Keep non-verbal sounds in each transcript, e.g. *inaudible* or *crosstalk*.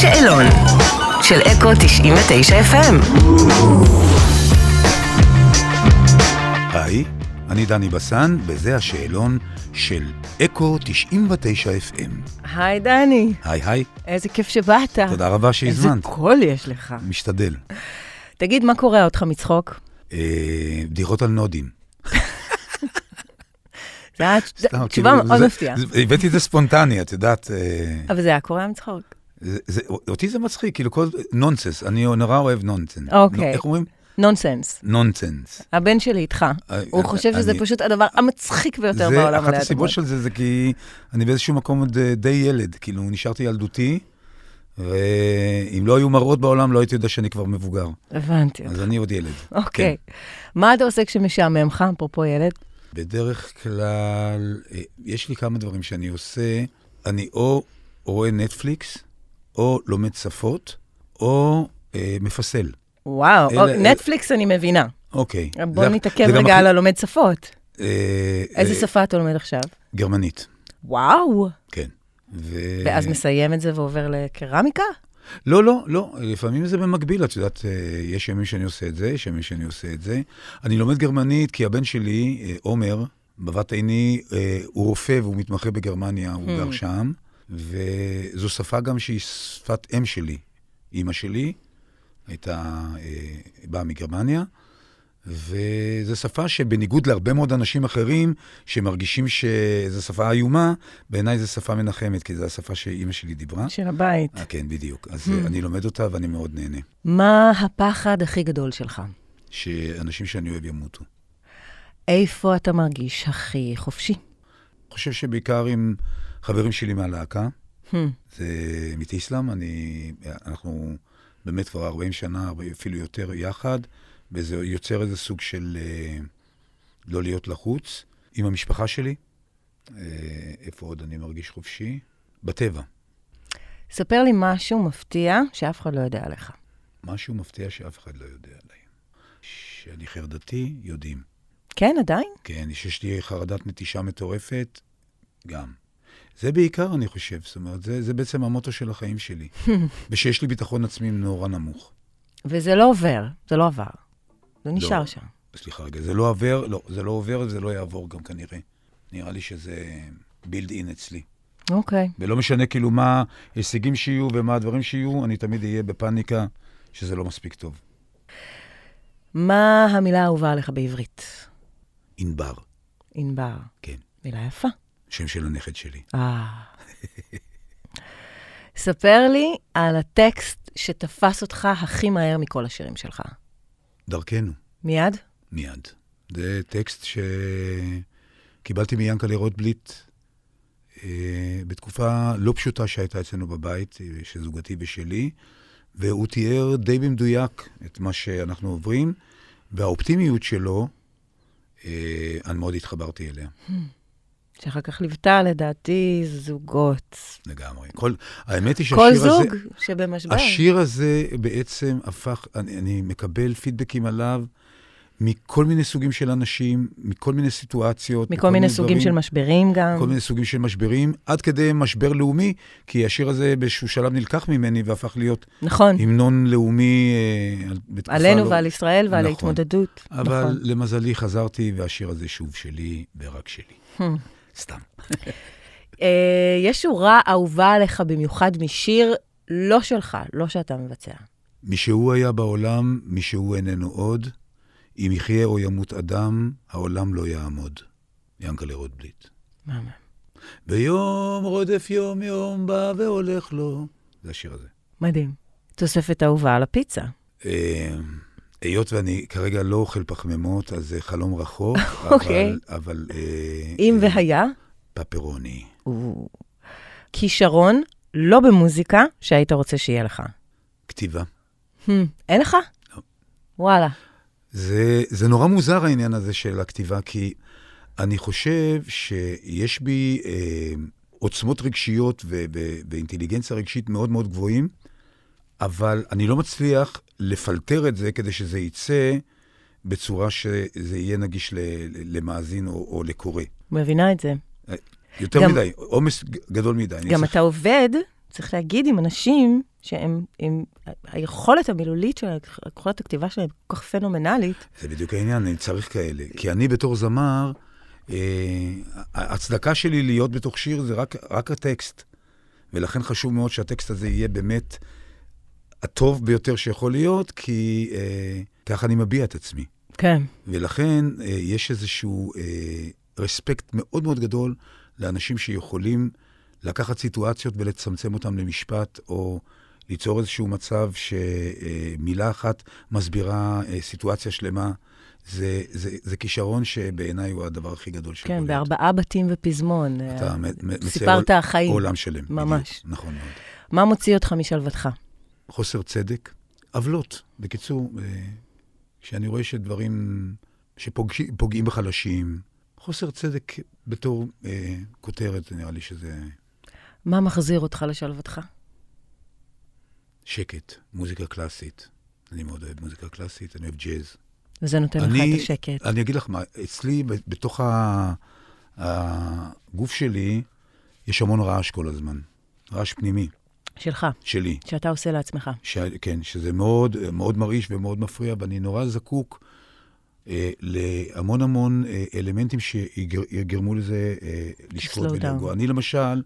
שאלון של אקו 99 FM. היי, אני דני בסן, וזה השאלון של אקו 99 FM. היי דני, היי היי, איזה כיף שבאת. תודה רבה שהזמנת. איזה קול יש לך. משתדל. תגיד, מה קורע אותך מצחוק? אה, דירות על נודים. זו הייתה סתם, תשובה כאילו, מאוד זה- מפתיעה. זה- הבאתי את זה ספונטני, את יודעת. אה, אבל זה היה קורע מצחוק. זה- זה- אותי זה מצחיק, כאילו כל... נונסנס, אני נורא אוהב נונסנס. אוקיי. איך אומרים? נונסנס. נונסנס. הבן שלי איתך. אה, הוא אה, חושב שזה אני- פשוט הדבר המצחיק ביותר בעולם. זה, אחת עלי הסיבות אדמות. של זה, זה כי אני באיזשהו מקום עוד אה, די ילד, כאילו, נשארתי ילדותי, ואם לא היו מראות בעולם, לא הייתי יודע שאני כבר מבוגר. הבנתי. אז אני עוד ילד. אוקיי. כן. מה אתה עושה כשמשעמם לך, אפרופו ילד? בדרך כלל, אה, יש לי כמה דברים שאני עושה. אני או רואה נטפליקס, או לומד שפות, או אה, מפסל. וואו, אלה- או- אלה- נטפליקס אני מבינה. אוקיי. בוא זה- נתעכב זה גם רגע הכי- על הלומד שפות. אה, איזה אה, שפה אתה לומד עכשיו? גרמנית, וואו. כן. ו... ואז מסיים את זה ועובר לקרמיקה? לא, לא, לא, לפעמים זה במקביל, את יודעת, אה, יש ימים שאני עושה את זה, יש ימים שאני עושה את זה. אני לומד גרמנית כי הבן שלי, אה, עומר, בבת עיני, אה, הוא רופא והוא מתמחה בגרמניה, הוא גר שם, וזו שפה גם שהיא שפת אם שלי. אימא שלי הייתה, אה, באה מגרמניה, וזו שפה שבניגוד להרבה מאוד אנשים אחרים שמרגישים שזו שפה איומה, בעיניי זו שפה מנחמת, כי זו השפה שאימא שלי דיברה. של הבית. אה, כן, בדיוק. אז אה, אני לומד אותה ואני מאוד נהנה. מה הפחד הכי גדול שלך? שאנשים שאני אוהב ימותו. איפה אתה מרגיש הכי חופשי? אני חושב שבעיקר עם חברים שלי מהלהקה, Hmm. זה מתאיסלאם, אני, אנחנו באמת כבר 40 שנה, הרבה- אפילו יותר יחד, וזה יוצר איזה סוג של אה, לא להיות לחוץ. עם המשפחה שלי, אה, איפה עוד אני מרגיש חופשי? בטבע. ספר לי משהו מפתיע שאף אחד לא יודע עליך. משהו מפתיע שאף אחד לא יודע עליי. שאני חרדתי, יודעים. כן, עדיין? כן, שיש לי חרדת נטישה מטורפת, גם. זה בעיקר, אני חושב, זאת אומרת, זה, זה בעצם המוטו של החיים שלי. ושיש לי ביטחון עצמי נורא נמוך. וזה לא עובר, זה לא עבר. זה נשאר לא. שם. סליחה רגע, זה לא עובר, לא, זה לא עובר וזה לא יעבור גם כנראה. נראה לי שזה בילד אין אצלי. אוקיי. ולא משנה כאילו מה ההישגים שיהיו ומה הדברים שיהיו, אני תמיד אהיה בפאניקה שזה לא מספיק טוב. מה המילה האהובה עליך בעברית? ענבר, ענבר. כן, מילה יפה. שם של הנכד שלי. אה. ספר לי על הטקסט שתפס אותך הכי מהר מכל השירים שלך. דרכנו. מיד? מיד. זה טקסט שקיבלתי מיענקלה רוטבליט אה, בתקופה לא פשוטה שהייתה אצלנו בבית, אה, של זוגתי ושלי, והוא תיאר די במדויק את מה שאנחנו עוברים, והאופטימיות שלו, אה, אני מאוד התחברתי אליה, שאחר כך ליוותה, לדעתי, זוגות. לגמרי. כל, האמת היא שהשיר כל הזה... זוג שבמשבר. השיר הזה בעצם הפך, אני, אני מקבל פידבקים עליו מכל מיני סוגים של אנשים, מכל מיני סיטואציות. מכל מיני סוגים של דברים, משברים גם. כל מיני סוגים של משברים, עד כדי משבר לאומי, כי השיר הזה באיזשהו שלב נלקח ממני והפך להיות נכון. המנון לאומי אה, על- בתקופה עלינו לא- ועל ישראל ועל נכון. ההתמודדות. אבל נכון. למזלי חזרתי, והשיר הזה שוב שלי ורק שלי. Hmm. סתם. אה, יש שורה אהובה עליך במיוחד משיר לא שלך, לא שאתה מבצע. מי שהוא היה בעולם, מי שהוא איננו עוד, אם יחיה או ימות אדם, העולם לא יעמוד. ינקלה רוטבליט. מהמם. ויום רודף יום יום בא והולך לו. זה השיר הזה. מדהים. תוספת אהובה על הפיצה. אה, היות ואני כרגע לא אוכל פחמימות, אז זה חלום *laughs* רחוק, אוקיי. אבל... אבל אה, אם אה, והיה, פפרוני. הוא כישרון לא במוזיקה שהיית רוצה שיהיה לך. כתיבה. Hmm, אין לך? לא. וואלה. זה, זה נורא מוזר העניין הזה של הכתיבה, כי אני חושב שיש בי אה, עוצמות רגשיות ו- ו- ואינטליגנציה רגשית מאוד מאוד גבוהים, אבל אני לא מצליח לפלטר את זה כדי שזה יצא בצורה שזה יהיה נגיש ל- ל- למאזין או, או לקורא. מבינה את זה. יותר גם- מדי, עומס ג- גדול מדי. אני גם צריך- אתה עובד, צריך להגיד עם אנשים שהם, הם, היכולת המילולית שלהם, יכולת הכתיבה שלהם כל כך פנומנלית. זה בדיוק העניין, אני צריך כאלה. כי אני בתור זמר, אה, ההצדקה שלי להיות בתוך שיר זה רק, רק הטקסט. ולכן חשוב מאוד שהטקסט הזה יהיה באמת הטוב ביותר שיכול להיות, כי אה, ככה אני מביע את עצמי. כן. ולכן אה, יש איזשהו אה, רספקט מאוד מאוד גדול לאנשים שיכולים לקחת סיטואציות ולצמצם אותם למשפט, או ליצור איזשהו מצב שמילה אחת מסבירה אה, סיטואציה שלמה. זה, זה, זה כישרון שבעיניי הוא הדבר הכי גדול שיכול כן, להיות. בארבעה בתים ופזמון. אתה אה, מ- מ- מצייר סיפרת עול- החיים. עולם שלם. ממש. בדיוק, נכון מאוד. מה מוציא אותך משלוותך? חוסר צדק, עוולות. בקיצור, אה, כשאני רואה שדברים שפוגעים בחלשים, חוסר צדק בתור אה, כותרת, נראה לי שזה מה מחזיר אותך לשלוותך? שקט, מוזיקה קלאסית. אני מאוד אוהב מוזיקה קלאסית, אני אוהב ג'אז. וזה נותן לך אני- את השקט. אני אגיד לך מה, אצלי, ב- בתוך ה- הגוף שלי, יש המון רעש כל הזמן. רעש פנימי, שלך, שלי. שאתה עושה לעצמך. ש... כן, שזה מאוד, מאוד מרעיש ומאוד מפריע, ואני נורא זקוק אה, להמון המון אה, אלמנטים שיגרמו לזה אה, לשקול slow down. ולרגוע. אני למשל,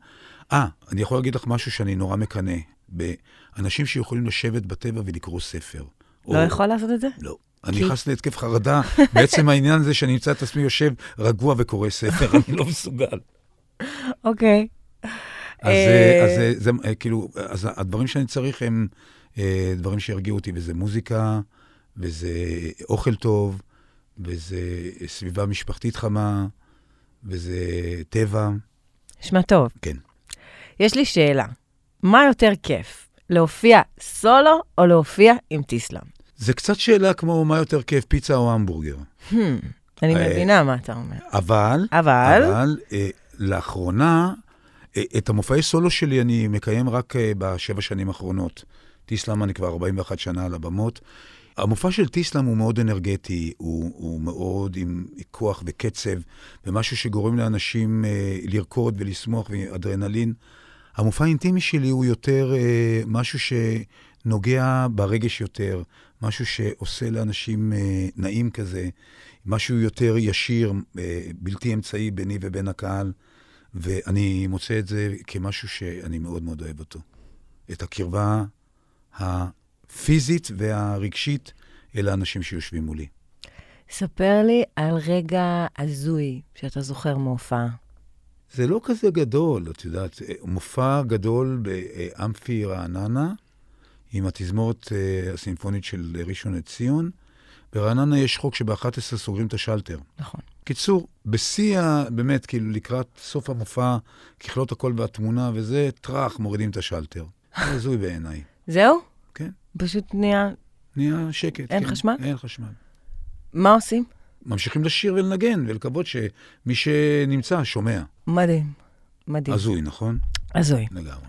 אה, אני יכול להגיד לך משהו שאני נורא מקנא, באנשים שיכולים לשבת בטבע ולקרוא ספר. לא יכול לעשות את זה? לא. אני כי- נכנס להתקף חרדה, בעצם העניין זה שאני אמצא את עצמי יושב רגוע וקורא *laughs* ספר, אני לא מסוגל. אוקיי. אז, אה, אה, אז אה, זה אה, כאילו, אז הדברים שאני צריך הם אה, דברים שירגיעו אותי, וזה מוזיקה, וזה אוכל טוב, וזה סביבה משפחתית חמה, וזה טבע. נשמע טוב. כן. יש לי שאלה, מה יותר כיף, להופיע סולו או להופיע עם טיסלאם? זה קצת שאלה כמו מה יותר כיף, פיצה או המבורגר. Hmm, אני אה, מבינה מה אתה אומר. אבל, אבל, אבל אה, לאחרונה, אה, את המופעי סולו שלי אני מקיים רק אה, בשבע שנים האחרונות. טיסלאם, אני כבר 41 שנה על הבמות. המופע של טיסלאם הוא מאוד אנרגטי, הוא, הוא מאוד עם כוח וקצב, ומשהו שגורם לאנשים אה, לרקוד ולשמוח ואדרנלין. המופע האינטימי שלי הוא יותר אה, משהו שנוגע ברגש יותר, משהו שעושה לאנשים אה, נעים כזה, משהו יותר ישיר, אה, בלתי אמצעי ביני ובין הקהל, ואני מוצא את זה כמשהו שאני מאוד מאוד אוהב אותו. את הקרבה הפיזית והרגשית אל האנשים שיושבים מולי. ספר לי על רגע הזוי שאתה זוכר מהופעה. זה לא כזה גדול, את יודעת, אה, מופע גדול באמפי רעננה, עם התזמורת אה, הסימפונית של ראשון לציון. ברעננה יש חוק שב-11 סוגרים את השלטר. נכון. קיצור, בשיא, ה- באמת, כאילו, לקראת סוף המופע, ככלות הכל והתמונה וזה, טראח, מורידים את השלטר. זה הזוי בעיניי, זהו? כן. פשוט נהיה... נהיה שקט. אין כן. חשמל? אין חשמל. מה עושים? ממשיכים לשיר ולנגן ולקוות שמי שנמצא שומע. מדהים. מדהים. הזוי, נכון? הזוי. לגמרי.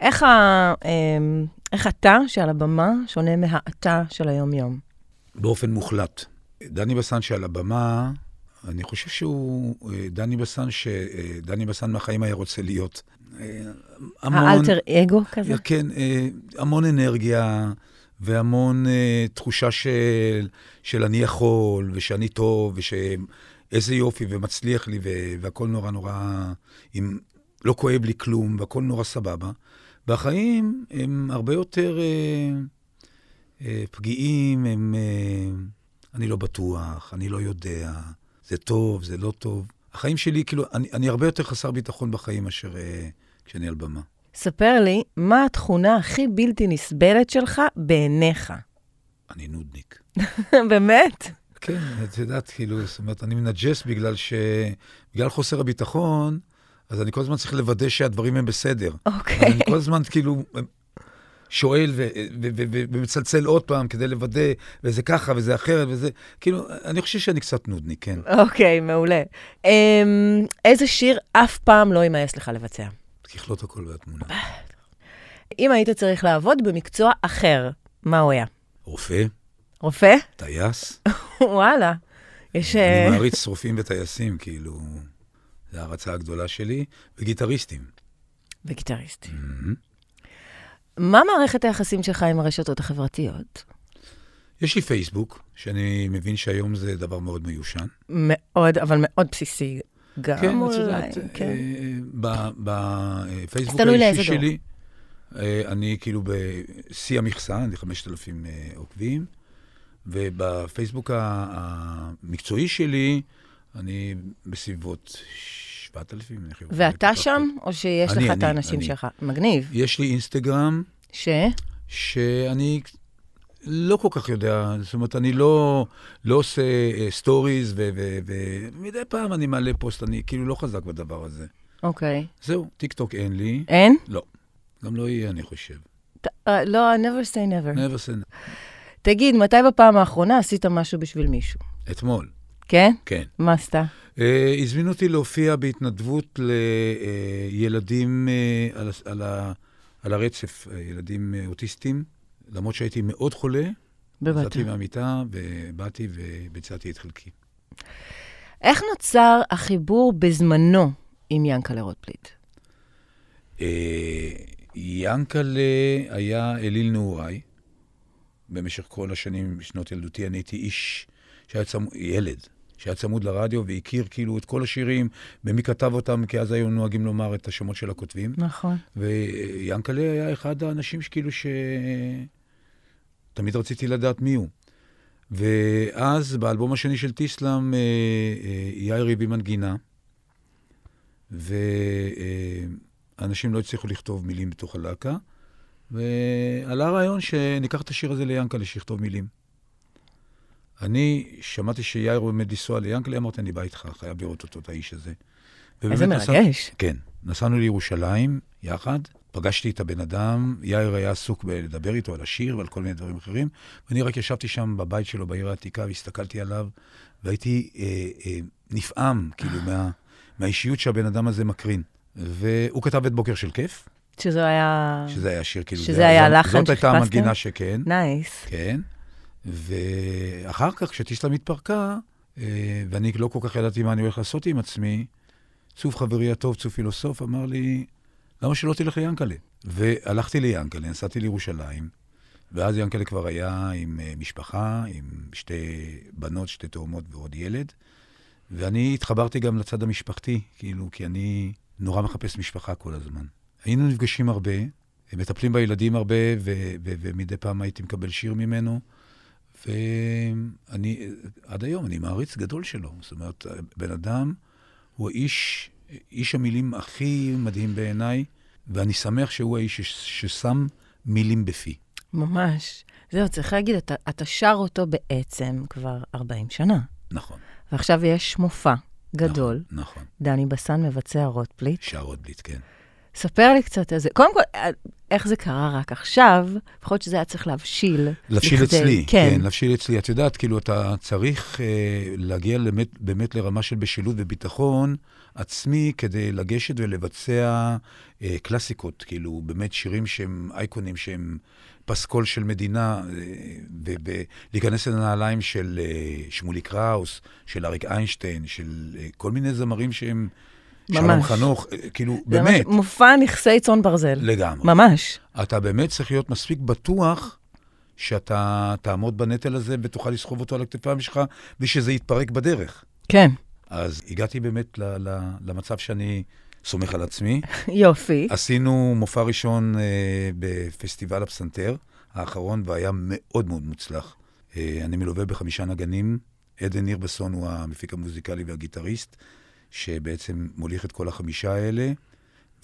איך, ה... אמ, איך אתה שעל הבמה שונה מהאתה של היום-יום? באופן מוחלט. דני בסן שעל הבמה, אני חושב שהוא אה, דני בסן שדני בסן מהחיים היה רוצה להיות. אה, האלטר אגו כזה? כן, אה, המון אנרגיה והמון אה, תחושה של, של אני יכול ושאני טוב ושאיזה יופי ומצליח לי ו- והכל נורא נורא, עם, לא כואב לי כלום והכל נורא סבבה. והחיים הם הרבה יותר אה, אה, פגיעים, הם אה, אני לא בטוח, אני לא יודע, זה טוב, זה לא טוב. החיים שלי, כאילו, אני, אני הרבה יותר חסר ביטחון בחיים מאשר אה, כשאני על במה. ספר לי, מה התכונה הכי בלתי נסבלת שלך בעיניך? *laughs* אני נודניק. באמת? כן, את יודעת, כאילו, זאת אומרת, אני מנג'ס בגלל ש... בגלל חוסר הביטחון, אז אני כל הזמן צריך לוודא שהדברים הם בסדר. אז אוקיי. אני כל הזמן כאילו שואל ו- ו- ו- ו- ומצלצל עוד פעם כדי לוודא, וזה ככה וזה אחרת וזה... כאילו, אני חושב שאני קצת נודניק, כן. אוקיי, מעולה. אמ, איזה שיר אף פעם לא יימאס לך לבצע? ככלות הכל והתמונה. אם היית צריך לעבוד במקצוע אחר, מה הוא היה? רופא, רופא? *laughs* טייס, וואלה. יש... אה, אני מעריץ רופאים וטייסים, כאילו, זו ההערצה הגדולה שלי, וגיטריסטים. וגיטריסט. מה מערכת היחסים שלך עם הרשתות החברתיות? יש לי פייסבוק, שאני מבין שהיום זה דבר מאוד מיושן. מאוד, אבל מאוד בסיסי. גם כן, את אולי, יודעת, כן. בפייסבוק תלוי לאיזה האישי דור. שלי, אה, אני כאילו בשיא המכסה, אני 5,000 אה, עוקבים, ובפייסבוק ה- המקצועי שלי, אני בסביבות 7,000. אני חושב, ואתה טיפה שם, או שיש אני, לך את אני, האנשים אני. שלך? מגניב. פחות. יש לי אינסטגרם, ש? שאני לא כל כך יודע, זאת אומרת, אני לא, לא עושה סטוריז, ומדי פעם אני מעלה פוסט, אני כאילו לא חזק בדבר הזה. אוקיי. זהו, טיק טוק אין לי. אין? לא. גם לא יהיה, אני חושב. ת- אה, לא, never say never. never send. תגיד, מתי בפעם האחרונה עשית משהו בשביל מישהו? אתמול, כן? כן. מה עשתה? Uh, הזמינו אותי להופיע בהתנדבות לילדים uh, על, הס- על, ה- על הרצף, אה, ילדים אה, אוטיסטים. למרות שהייתי מאוד חולה, בבטח. יצאתי מהמיטה ובאתי וביצעתי את חלקי. איך נוצר החיבור בזמנו עם ינקלה רוטבליט? אה, ינקלה היה אליל נעוריי. במשך כל השנים, שנות ילדותי, אני הייתי איש שהיה צמוד, ילד, שהיה צמוד לרדיו והכיר כאילו את כל השירים, ומי כתב אותם, כי אז היו נוהגים לומר את השמות של הכותבים. נכון. ויאנקלה היה אחד האנשים שכאילו ש... תמיד רציתי לדעת מי הוא. ואז באלבום השני של טיסלאם, אה, אה, יאיר הביא מנגינה, ואנשים לא הצליחו לכתוב מילים בתוך הלהקה, ועלה הרעיון שניקח את השיר הזה ליאנקלה, שיכתוב מילים. אני שמעתי שיאיר עומד לנסוע ליאנקלה, אמרתי, אני בא איתך, חייב לראות אותו, את האיש הזה. איזה ובאמת נסע- מרגש. כן. נסענו לירושלים יחד, פגשתי את הבן אדם, יאיר היה עסוק בלדבר איתו על השיר ועל כל מיני דברים אחרים, ואני רק ישבתי שם בבית שלו בעיר העתיקה והסתכלתי עליו, והייתי אה, אה, נפעם, כאילו, מה, מהאישיות שהבן אדם הזה מקרין. והוא כתב את בוקר של כיף, שזו היה... שזה היה שיר, כאילו, שזה זה היה זאת- הלחן זאת הייתה שחיפשתם? המנגינה שכן. נייס. כן. ואחר כך, כשטיסלאם התפרקה, אה, ואני לא כל כך ידעתי מה אני הולך לעשות עם עצמי, צוף חברי הטוב, צוף פילוסוף, אמר לי, למה שלא תלך ליאנקלה? והלכתי ליאנקלה, נסעתי לירושלים, ואז ינקלה כבר היה עם אה, משפחה, עם שתי בנות, שתי תאומות ועוד ילד, ואני התחברתי גם לצד המשפחתי, כאילו, כי אני נורא מחפש משפחה כל הזמן. היינו נפגשים הרבה, מטפלים בילדים הרבה, ו- ו- ומדי פעם הייתי מקבל שיר ממנו. ואני, עד היום, אני מעריץ גדול שלו. זאת אומרת, בן אדם הוא האיש, איש המילים הכי מדהים בעיניי, ואני שמח שהוא האיש ש- ששם מילים בפי. ממש. זהו, צריך להגיד, אתה, אתה שר אותו בעצם כבר 40 שנה. נכון, ועכשיו יש מופע גדול, נכון. דני בסן מבצע רוטבליט. שר עוד בליט, כן. ספר לי קצת על זה. קודם כל, אה, איך זה קרה רק עכשיו? לפחות שזה היה צריך להבשיל. להבשיל לכדי- אצלי, כן. כן. כן, להבשיל אצלי. את יודעת, כאילו, אתה צריך אה, להגיע באמת, באמת לרמה של בשלות וביטחון עצמי כדי לגשת ולבצע אה, קלאסיקות, כאילו, באמת שירים שהם אייקונים, שהם פסקול של מדינה, אה, ולהיכנס לנעליים של אה, שמולי קראוס, של אריק איינשטיין, של אה, כל מיני זמרים שהם... שלום ממש. חנוך, אה, כאילו, זה ממש באמת, מופע נכסי צאן ברזל. לגמרי. ממש. אתה באמת צריך להיות מספיק בטוח שאתה תעמוד בנטל הזה ותוכל לסחוב אותו על הכתפיים שלך, ושזה יתפרק בדרך. כן. *laughs* אז הגעתי באמת ל- ל- למצב שאני סומך על עצמי. יופי. עשינו מופע ראשון אה, בפסטיבל הפסנתר האחרון, והיה מאוד מאוד מוצלח. אה, אני מלווה בחמישה נגנים. עדן הירבסון הוא המפיק המוזיקלי והגיטריסט, שבעצם מוליך את כל החמישה האלה,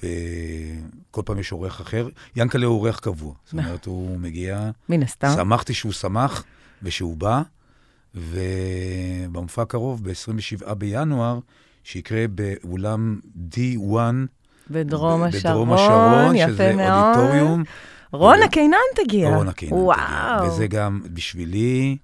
וכל פעם יש אורח אחר. ינקלה הוא אורח קבוע. זאת אומרת, הוא מגיע, מן הסתם. שמחתי שהוא שמח ושהוא בא, ובמופע הקרוב, ב-27 בינואר, שיקרה באולם D1 בדרום ב- השרון. בדרום השרון, יפה שזה מאוד. אודיטוריום. לא, רונה ו- קינן תגיע. אורנה קינן. וואו. וזה גם בשבילי,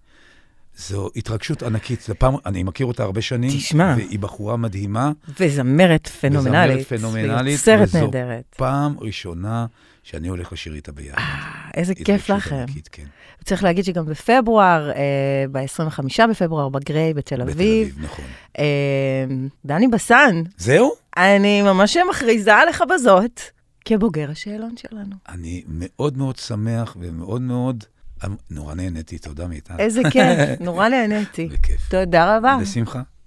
זו התרגשות ענקית. זו פעם, אני מכיר אותה הרבה שנים. תשמע. והיא בחורה מדהימה. וזמרת פנומנלית. וזמרת פנומנלית, ויוצרת וזו- נהדרת. פעם ראשונה שאני הולך לשיר איתה ביחד. אה, איזה כיף התרגשות לכם. ענקית, כן. צריך להגיד שגם בפברואר, אה, ב-25 בפברואר, בגריי בתל בתל אביב, אביב, נכון. אה, דני בסן, זהו? אני ממש מכריזה עליך בזאת, כבוגר השאלון *laughs* שלנו. אני מאוד מאוד שמח ומאוד מאוד... נורא נהניתי, תודה מאיתנו. איזה כיף, נורא נהניתי. בכיף. תודה רבה. בשמחה.